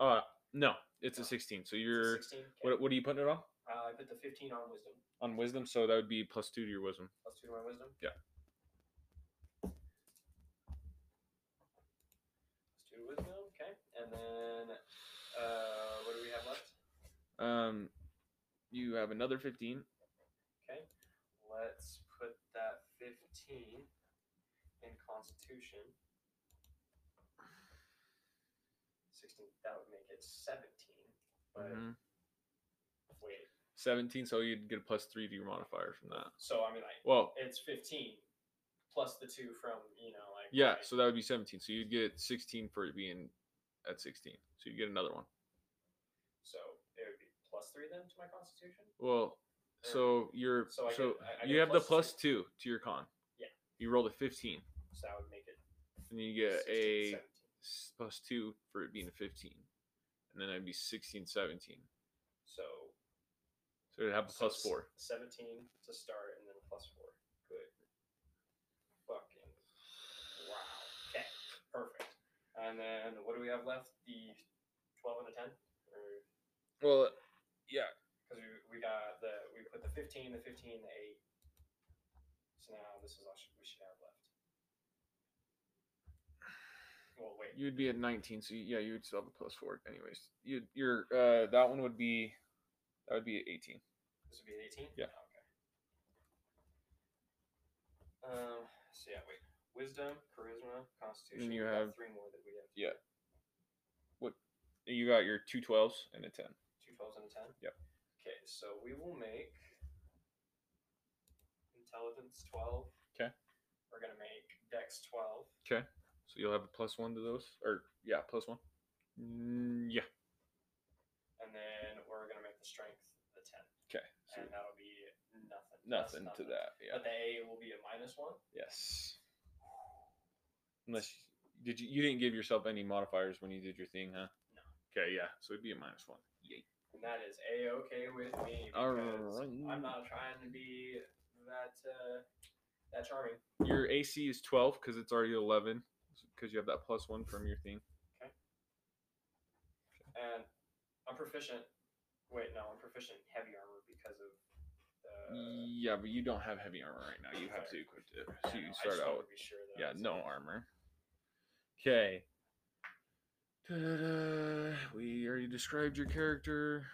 Speaker 1: Uh, no, it's a 16. So you're.
Speaker 2: sixteen.
Speaker 1: What, what are you putting it on?
Speaker 2: Uh, I put the fifteen on wisdom.
Speaker 1: On wisdom, so that would be plus two to your wisdom.
Speaker 2: Plus two to my wisdom?
Speaker 1: Yeah.
Speaker 2: Plus two to wisdom, okay. And then uh what do we have left?
Speaker 1: Um, you have another 15.
Speaker 2: Okay. Let's put that fifteen in constitution. Sixteen that would make it seventeen. But
Speaker 1: Mhm.
Speaker 2: wait.
Speaker 1: 17, so you'd get a plus three to your modifier from that.
Speaker 2: So I mean like
Speaker 1: Well,
Speaker 2: it's fifteen plus the two from, you know, like
Speaker 1: yeah,
Speaker 2: my-
Speaker 1: so that would be 17. So you'd get 16 for it being at 16. So you'd get another one.
Speaker 2: so it would be plus three then to my constitution?
Speaker 1: Well,
Speaker 2: Or-
Speaker 1: so you're
Speaker 2: So
Speaker 1: so,
Speaker 2: I get- I- I
Speaker 1: you
Speaker 2: get
Speaker 1: have the
Speaker 2: plus
Speaker 1: plus two. to your con.
Speaker 2: Yeah.
Speaker 1: You rolled a 15,
Speaker 2: So that would make it
Speaker 1: and then you get
Speaker 2: 16,
Speaker 1: a
Speaker 2: 17.
Speaker 1: s- plus two for it being a 15, and then that'd be 16, 17.
Speaker 2: So
Speaker 1: So it'd have a
Speaker 2: so
Speaker 1: plus
Speaker 2: s-
Speaker 1: four.
Speaker 2: Seventeen to start, and then plus four. Good. Fucking wow. Okay, perfect. And then what do we have left? The twelve and a ten, or
Speaker 1: Well, uh, yeah,
Speaker 2: because we, we got the we put the fifteen, the fifteen, the eight. So now this is all sh- we should have left. Well, wait.
Speaker 1: you'd be at 19 so yeah you would still have a plus four anyways you your uh that one would be that would be 18
Speaker 2: This would be an 18?
Speaker 1: Yeah.
Speaker 2: Okay. Um, so yeah, wait. Wisdom, charisma, constitution.
Speaker 1: you
Speaker 2: we got
Speaker 1: have-
Speaker 2: three more that we have.
Speaker 1: you got your two 12s and a 10
Speaker 2: Two twelves and a ten?
Speaker 1: Yep.
Speaker 2: Okay, so we will make intelligence twelve.
Speaker 1: 'Kay.
Speaker 2: We're gonna make Dex 12.
Speaker 1: So you'll have a plus one to those, or yeah, plus one. Mm, yeah.
Speaker 2: And then we're going to make the strength a 10.
Speaker 1: Okay. So
Speaker 2: And that'll be nothing. That's
Speaker 1: nothing to that. Yeah.
Speaker 2: But the A will be a minus one.
Speaker 1: Yes. Unless did you you didn't give yourself any modifiers when you did your thing, huh?
Speaker 2: No.
Speaker 1: Okay. Yeah. So it'd be a minus one. Yay.
Speaker 2: And that is a okay with me.
Speaker 1: All
Speaker 2: because
Speaker 1: right.
Speaker 2: I'm not trying to be that uh, that charming.
Speaker 1: Your AC is twelve because it's already eleven because you have that plus one from your thing.
Speaker 2: And I'm proficient. Wait, no, I'm proficient in heavy armor because of the.
Speaker 1: Uh, yeah, but you don't have heavy armor right now. You have to equip it. Mm, So you
Speaker 2: I
Speaker 1: start
Speaker 2: just wanted
Speaker 1: out.
Speaker 2: to be sure that I
Speaker 1: Yeah,
Speaker 2: was-
Speaker 1: no armor. Okay. We already described your character.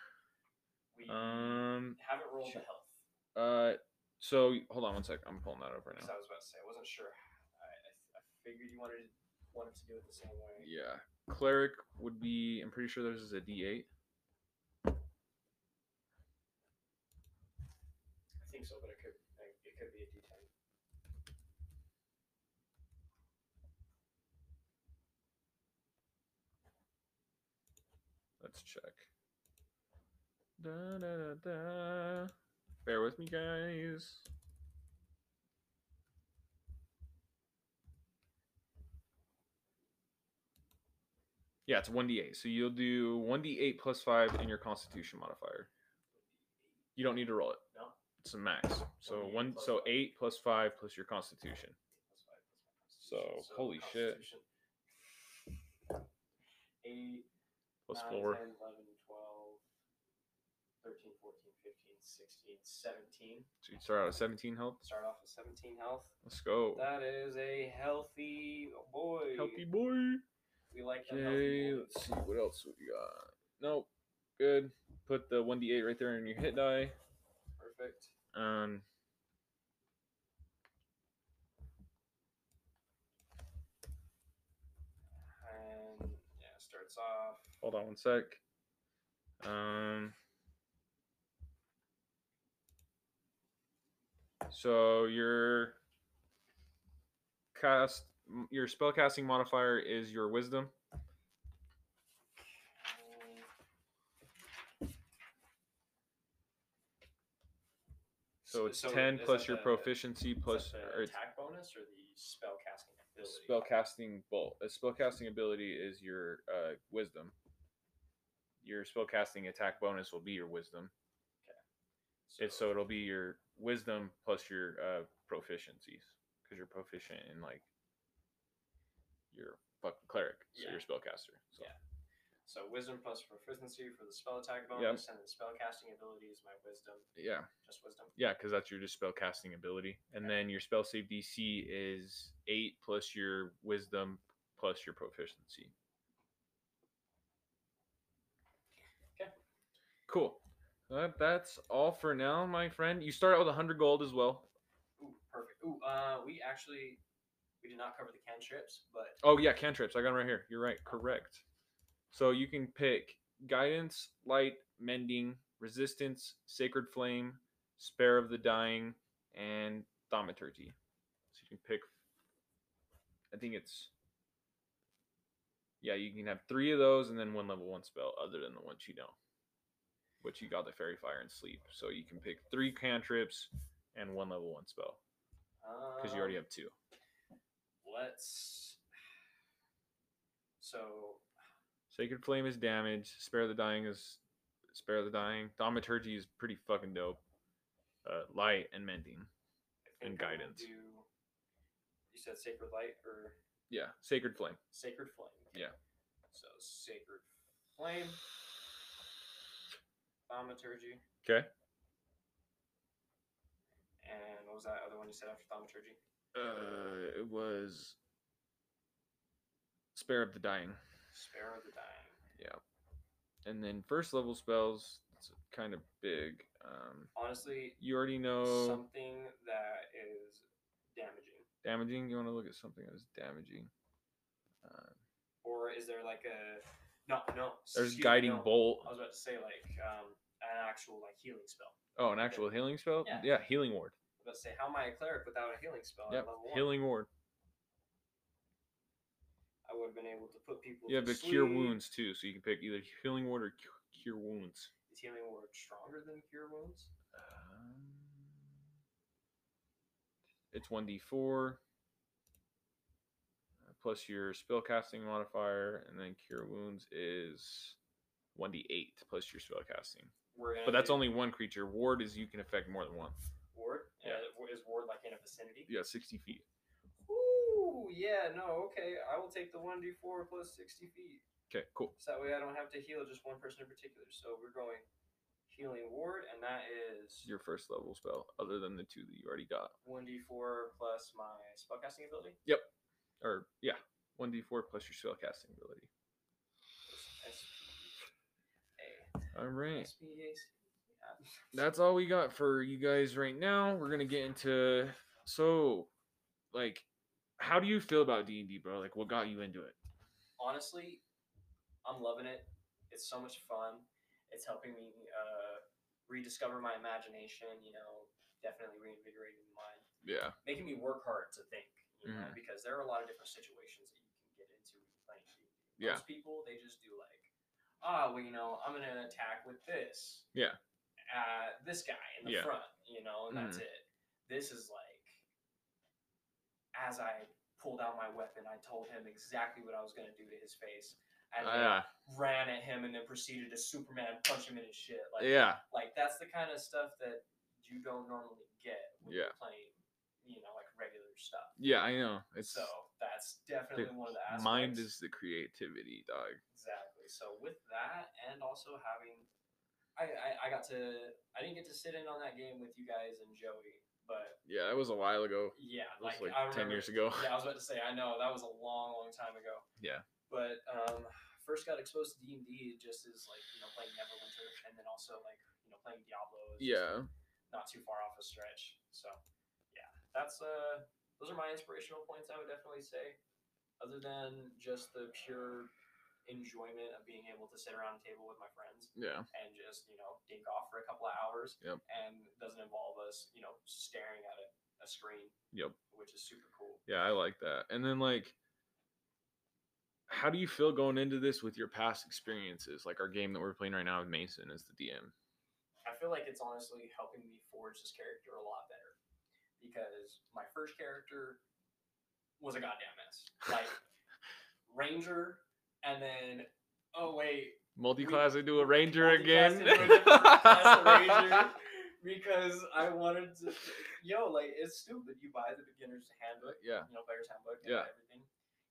Speaker 2: We
Speaker 1: Um.
Speaker 2: haven't rolled the
Speaker 1: sure. Uh.
Speaker 2: health
Speaker 1: So hold on one sec. I'm pulling that up right
Speaker 2: because
Speaker 1: now.
Speaker 2: I was about to say I wasn't sure. I, I, I figured you wanted wanted to do it the same way.
Speaker 1: Yeah. Cleric would be. I'm pretty sure this is a D8.
Speaker 2: I think so, but it could like, it could be a D10.
Speaker 1: Let's check. Da, da, da, da. Bear with me, guys. Yeah, it's 1d8. So you'll do 1d8 plus 5 in your constitution modifier. You don't need to roll it.
Speaker 2: No.
Speaker 1: It's a max. So
Speaker 2: 1d8
Speaker 1: one
Speaker 2: plus
Speaker 1: so
Speaker 2: five.
Speaker 1: 8 plus 5 plus your constitution.
Speaker 2: That's why I put my
Speaker 1: So,
Speaker 2: constitution.
Speaker 1: holy shit.
Speaker 2: constitution. Eight,
Speaker 1: Plus
Speaker 2: nine,
Speaker 1: 4.
Speaker 2: 10, 11, 12, 13, 14, 15, 16, 17.
Speaker 1: So you start out at 17 health.
Speaker 2: Start off with 17 health.
Speaker 1: Let's go.
Speaker 2: That is a healthy boy.
Speaker 1: Healthy boy.
Speaker 2: We like that
Speaker 1: Okay,
Speaker 2: healthy boy.
Speaker 1: let's see what else we got. Nope, good. Put the one d eight right there in your hit die.
Speaker 2: Perfect.
Speaker 1: Um,
Speaker 2: And yeah, starts off.
Speaker 1: hold on one sec. Um, so your cast, your spell casting modifier is your wisdom.
Speaker 2: and-
Speaker 1: So it's
Speaker 2: it-
Speaker 1: ten
Speaker 2: is
Speaker 1: plus
Speaker 2: that
Speaker 1: your
Speaker 2: the-
Speaker 1: proficiency
Speaker 2: is
Speaker 1: plus
Speaker 2: that
Speaker 1: or
Speaker 2: the
Speaker 1: it's
Speaker 2: attack bonus or the spell casting ability.
Speaker 1: spell casting bolt. A spell casting ability is your uh, wisdom. Your spell casting attack bonus will be your wisdom. It's so it'll be your wisdom plus your uh, proficiencies because you're proficient in like your fucking cleric, so
Speaker 2: Yeah.
Speaker 1: your spellcaster. So.
Speaker 2: Yeah. So wisdom plus proficiency for the spell attack
Speaker 1: Yep.
Speaker 2: bonus, and the spell casting ability is my wisdom,
Speaker 1: Yeah,
Speaker 2: just wisdom.
Speaker 1: yeah, because that's your just spell casting ability, and then your spell save DC is eight plus your wisdom plus your proficiency.
Speaker 2: Okay.
Speaker 1: Cool. That, that's all for now, my friend. You start out with 100 gold as well.
Speaker 2: Ooh, perfect. Ooh, uh, we actually we did not cover the cantrips, but
Speaker 1: Oh yeah, cantrips. I got 'em right here. You're right. Correct. So you can pick guidance, light, mending, resistance, sacred flame, spare of the dying, and thaumaturgy. So you can pick. I think it's. Yeah, you can have three of those and then one level one spell, other than the ones you know. Which you got the fairy fire and sleep. So you can pick three cantrips and one level one spell because you already
Speaker 2: um,
Speaker 1: have two.
Speaker 2: Let's. So
Speaker 1: Sacred Flame is damage. Spare the Dying is Spare the Dying. Thaumaturgy is pretty fucking dope. Uh, light and mending.
Speaker 2: I
Speaker 1: And
Speaker 2: think I will
Speaker 1: guidance.
Speaker 2: Do, you said sacred light or
Speaker 1: Yeah, Sacred Flame.
Speaker 2: sacred flame?
Speaker 1: Yeah.
Speaker 2: So sacred flame,
Speaker 1: Uh,
Speaker 2: thaumaturgy,
Speaker 1: Okay.
Speaker 2: and what was that other one you said after thaumaturgy?
Speaker 1: Uh, it was Spare of the Dying.
Speaker 2: Spare of the dying.
Speaker 1: And then first level spells, it's kind of big. Um,
Speaker 2: Honestly,
Speaker 1: you already know
Speaker 2: something that is damaging,
Speaker 1: damaging. You want to look at something that was damaging. Uh,
Speaker 2: or is there like a no no?
Speaker 1: there's
Speaker 2: excuse me,
Speaker 1: Guiding
Speaker 2: no.
Speaker 1: Bolt.
Speaker 2: I was about to say like um, an actual like healing spell.
Speaker 1: Oh, an actual healing spell?
Speaker 2: Yeah.
Speaker 1: Healing Ward.
Speaker 2: I was about to say how am I a cleric without a healing spell? at
Speaker 1: Yep,
Speaker 2: level one?
Speaker 1: Healing Ward.
Speaker 2: I would have been able to put people.
Speaker 1: You have
Speaker 2: to
Speaker 1: the cure
Speaker 2: sleep.
Speaker 1: wounds too, so you can pick either healing ward or cu- cure wounds.
Speaker 2: Is healing ward stronger than cure wounds?
Speaker 1: Um, It's 1d4 uh, plus your spellcasting modifier, and then cure wounds is 1d8 plus your spellcasting.
Speaker 2: We're gonna
Speaker 1: But that's
Speaker 2: do
Speaker 1: only one creature. Ward is you can affect more than one.
Speaker 2: ward.
Speaker 1: Yeah.
Speaker 2: Uh, is ward like in a vicinity?
Speaker 1: Yeah, 60 feet.
Speaker 2: Ooh, yeah, no, okay. I will take the 1d4 plus 60 feet.
Speaker 1: Okay, cool.
Speaker 2: So that way I don't have to heal just one person in particular. So we're going healing ward, and that is
Speaker 1: Your first level spell, other than the two that you already got.
Speaker 2: 1d4 plus my spellcasting ability.
Speaker 1: Or, yeah, 1d4 plus your spellcasting ability.
Speaker 2: SPA.
Speaker 1: All right.
Speaker 2: SPAC.
Speaker 1: that's all we got for you guys right now. We're gonna get into so, like, how do you feel about D and D, bro? Like, what got you into it?
Speaker 2: Honestly, I'm loving it. It's so much fun. It's helping me uh, rediscover my imagination, you know, definitely reinvigorating the mind.
Speaker 1: Yeah,
Speaker 2: making me work hard to think, you know,
Speaker 1: Mhm.
Speaker 2: because there are a lot of different situations that you can get into when you're playing D&D.
Speaker 1: Yeah.
Speaker 2: Most people they just do like, ah, well, you know, I'm gonna attack with this.
Speaker 1: Yeah.
Speaker 2: Uh, this guy in the
Speaker 1: Yeah. Mm-hmm.
Speaker 2: front, you know, and that's it. This is like, as I pulled out my weapon, I told him exactly what I was gonna do to his face. And then
Speaker 1: yeah,
Speaker 2: ran at him and then proceeded to Superman punch him in his shit. Like,
Speaker 1: yeah,
Speaker 2: like that's the kind of stuff that you don't normally get when
Speaker 1: Yeah.
Speaker 2: you're playing, you know, like regular stuff.
Speaker 1: yeah. I know. It's
Speaker 2: so that's definitely one of the aspects.
Speaker 1: mind is the creativity, dog.
Speaker 2: exactly. So with that, and also having, I, I I got to I didn't get to sit in on that game with you guys and Joey, but
Speaker 1: Yeah, that was a while ago.
Speaker 2: yeah,
Speaker 1: It was like,
Speaker 2: I remember,
Speaker 1: ten years ago.
Speaker 2: Yeah, I was about to say I know that was a long, long time ago.
Speaker 1: Yeah.
Speaker 2: But um, first got exposed to D and D just as like you know playing Neverwinter, and then also like you know playing Diablo. is just
Speaker 1: Yeah,
Speaker 2: not too far off a stretch. So, yeah, that's uh, those are my inspirational points. I would definitely say, other than just the pure enjoyment of being able to sit around a table with my friends
Speaker 1: yeah,
Speaker 2: and just you know dink off for a couple of hours,
Speaker 1: Yep.
Speaker 2: and doesn't involve us you know staring at a, a screen,
Speaker 1: yep,
Speaker 2: which is super cool.
Speaker 1: yeah. I like that. And then like. How do you feel going into this with your past experiences? Like our game that we're playing right now with Mason as the DM.
Speaker 2: I feel like it's honestly helping me forge this character a lot better because my first character was a goddamn mess. Like Ranger, and then oh wait,
Speaker 1: Multi-class into a ranger
Speaker 2: multi-class
Speaker 1: again.
Speaker 2: into a different class of Ranger because I wanted to. Yo, like it's stupid. You buy the beginner's handbook,
Speaker 1: yeah,
Speaker 2: you know, player's handbook, and
Speaker 1: Yeah.
Speaker 2: everything.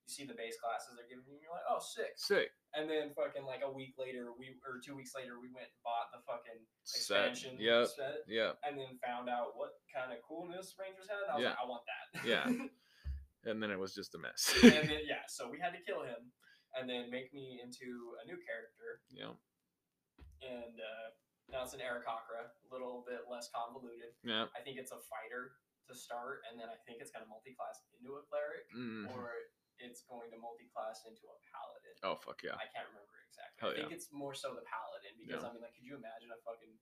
Speaker 2: You see the base classes they're giving you, and you're like, oh, six.
Speaker 1: sick.
Speaker 2: And then fucking like a week later, we or two weeks later, we went and bought the fucking
Speaker 1: Set.
Speaker 2: expansion
Speaker 1: Yep.
Speaker 2: set
Speaker 1: Yeah,
Speaker 2: and then found out what kind of coolness Rangers had. and I was
Speaker 1: Yeah.
Speaker 2: like, I want that.
Speaker 1: Yeah. and then it was just a mess.
Speaker 2: and then yeah, so we had to kill him, and then make me into a new character,
Speaker 1: yeah,
Speaker 2: and uh, now it's an Arakakra, a little bit less convoluted.
Speaker 1: yeah.
Speaker 2: I think it's a fighter to start, and then I think it's gonna multi-class into a cleric,
Speaker 1: Mm.
Speaker 2: or it's going to multi-class into a paladin.
Speaker 1: Oh fuck yeah.
Speaker 2: I can't remember exactly.
Speaker 1: Hell
Speaker 2: I think it's more so the paladin because
Speaker 1: Yeah.
Speaker 2: I mean, like, could you imagine a fucking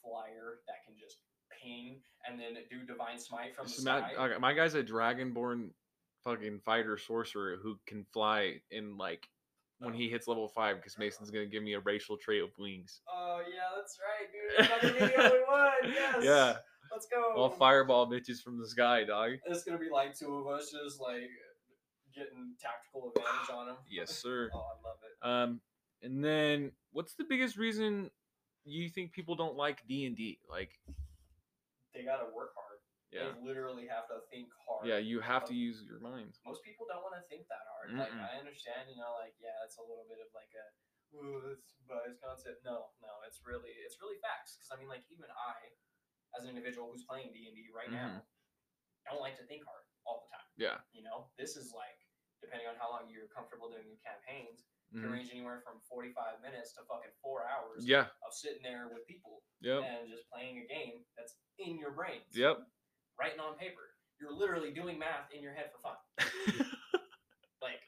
Speaker 2: flyer that can just ping and then do divine smite from
Speaker 1: It's
Speaker 2: the
Speaker 1: not-
Speaker 2: sky?
Speaker 1: okay, my guy's a dragonborn fucking fighter sorcerer who can fly in like when he hits level five because Mason's gonna give me a racial trait of wings.
Speaker 2: Oh yeah, that's right, dude. I'm gonna be the only one. Yes.
Speaker 1: Yeah,
Speaker 2: Let's go.
Speaker 1: all fireball bitches from the sky, dog.
Speaker 2: It's gonna be like two of us just like getting tactical advantage on him.
Speaker 1: Yes, sir.
Speaker 2: Oh, I love it.
Speaker 1: Um, and then what's the biggest reason you think people don't like D and D? Like,
Speaker 2: They gotta work hard.
Speaker 1: yeah,
Speaker 2: They literally have to think hard.
Speaker 1: yeah, you have to use your mind.
Speaker 2: Most people don't want to think that hard. Like
Speaker 1: Mm-mm.
Speaker 2: I understand, you know, like yeah, it's a little bit of like a ooh, it's biased concept. No, no, it's really it's really facts. Because I mean, like even I, as an individual who's playing D and D
Speaker 1: Mm-hmm.
Speaker 2: right now, I don't like to think hard all the time.
Speaker 1: Yeah.
Speaker 2: You know, this is like depending on how long you're comfortable doing your campaigns,
Speaker 1: mhm.
Speaker 2: can range anywhere from 45 minutes to fucking four hours
Speaker 1: Yeah.
Speaker 2: of sitting there with people
Speaker 1: Yep.
Speaker 2: and just playing a game that's in your brain.
Speaker 1: Yep.
Speaker 2: Writing on paper. You're literally doing math in your head for fun. Like,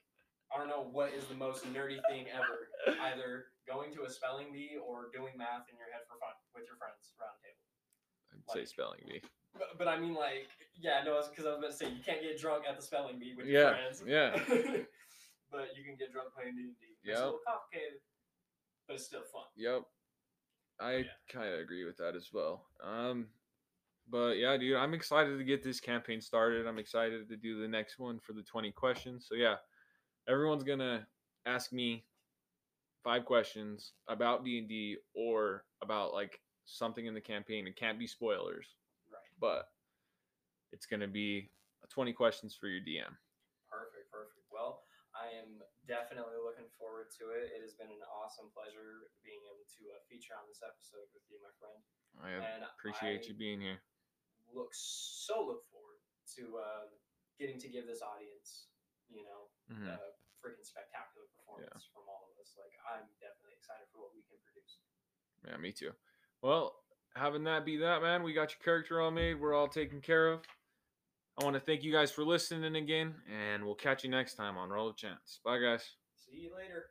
Speaker 2: I don't know what is the most nerdy thing ever. Either going to a spelling bee or doing math in your head for fun with your friends around a table.
Speaker 1: I'd say
Speaker 2: Like-
Speaker 1: spelling bee.
Speaker 2: But, but I mean, like, yeah, no, because I was about to say you can't get drunk at the spelling bee with your
Speaker 1: Yeah.
Speaker 2: friends.
Speaker 1: Yeah.
Speaker 2: but you can get drunk playing D and D. It's
Speaker 1: Yep.
Speaker 2: a little complicated, but it's still fun.
Speaker 1: Yep. I
Speaker 2: Yeah.
Speaker 1: kind of agree with that as well. Um, but yeah, dude, I'm excited to get this campaign started. I'm excited to do the next one for the 20 questions. So yeah, everyone's gonna ask me five questions about D and D or about like something in the campaign. It can't be spoilers,
Speaker 2: Right.
Speaker 1: but it's gonna be 20 questions for your DM.
Speaker 2: Perfect. Perfect. Well, I am definitely looking forward to it. It has been an awesome pleasure being able to uh, feature on this episode with you, my friend.
Speaker 1: I
Speaker 2: and
Speaker 1: appreciate
Speaker 2: I
Speaker 1: you being here.
Speaker 2: Look so look forward to uh, getting to give this audience, you know,
Speaker 1: Mhm.
Speaker 2: a freaking spectacular performance from all of us. Like I'm definitely excited for what we can produce.
Speaker 1: Yeah, me too. Well, having that be that, man, we got your character all made. We're all taken care of. I want to thank you guys for listening again, and we'll catch you next time on Roll of Chance. Bye, guys.
Speaker 2: See you later.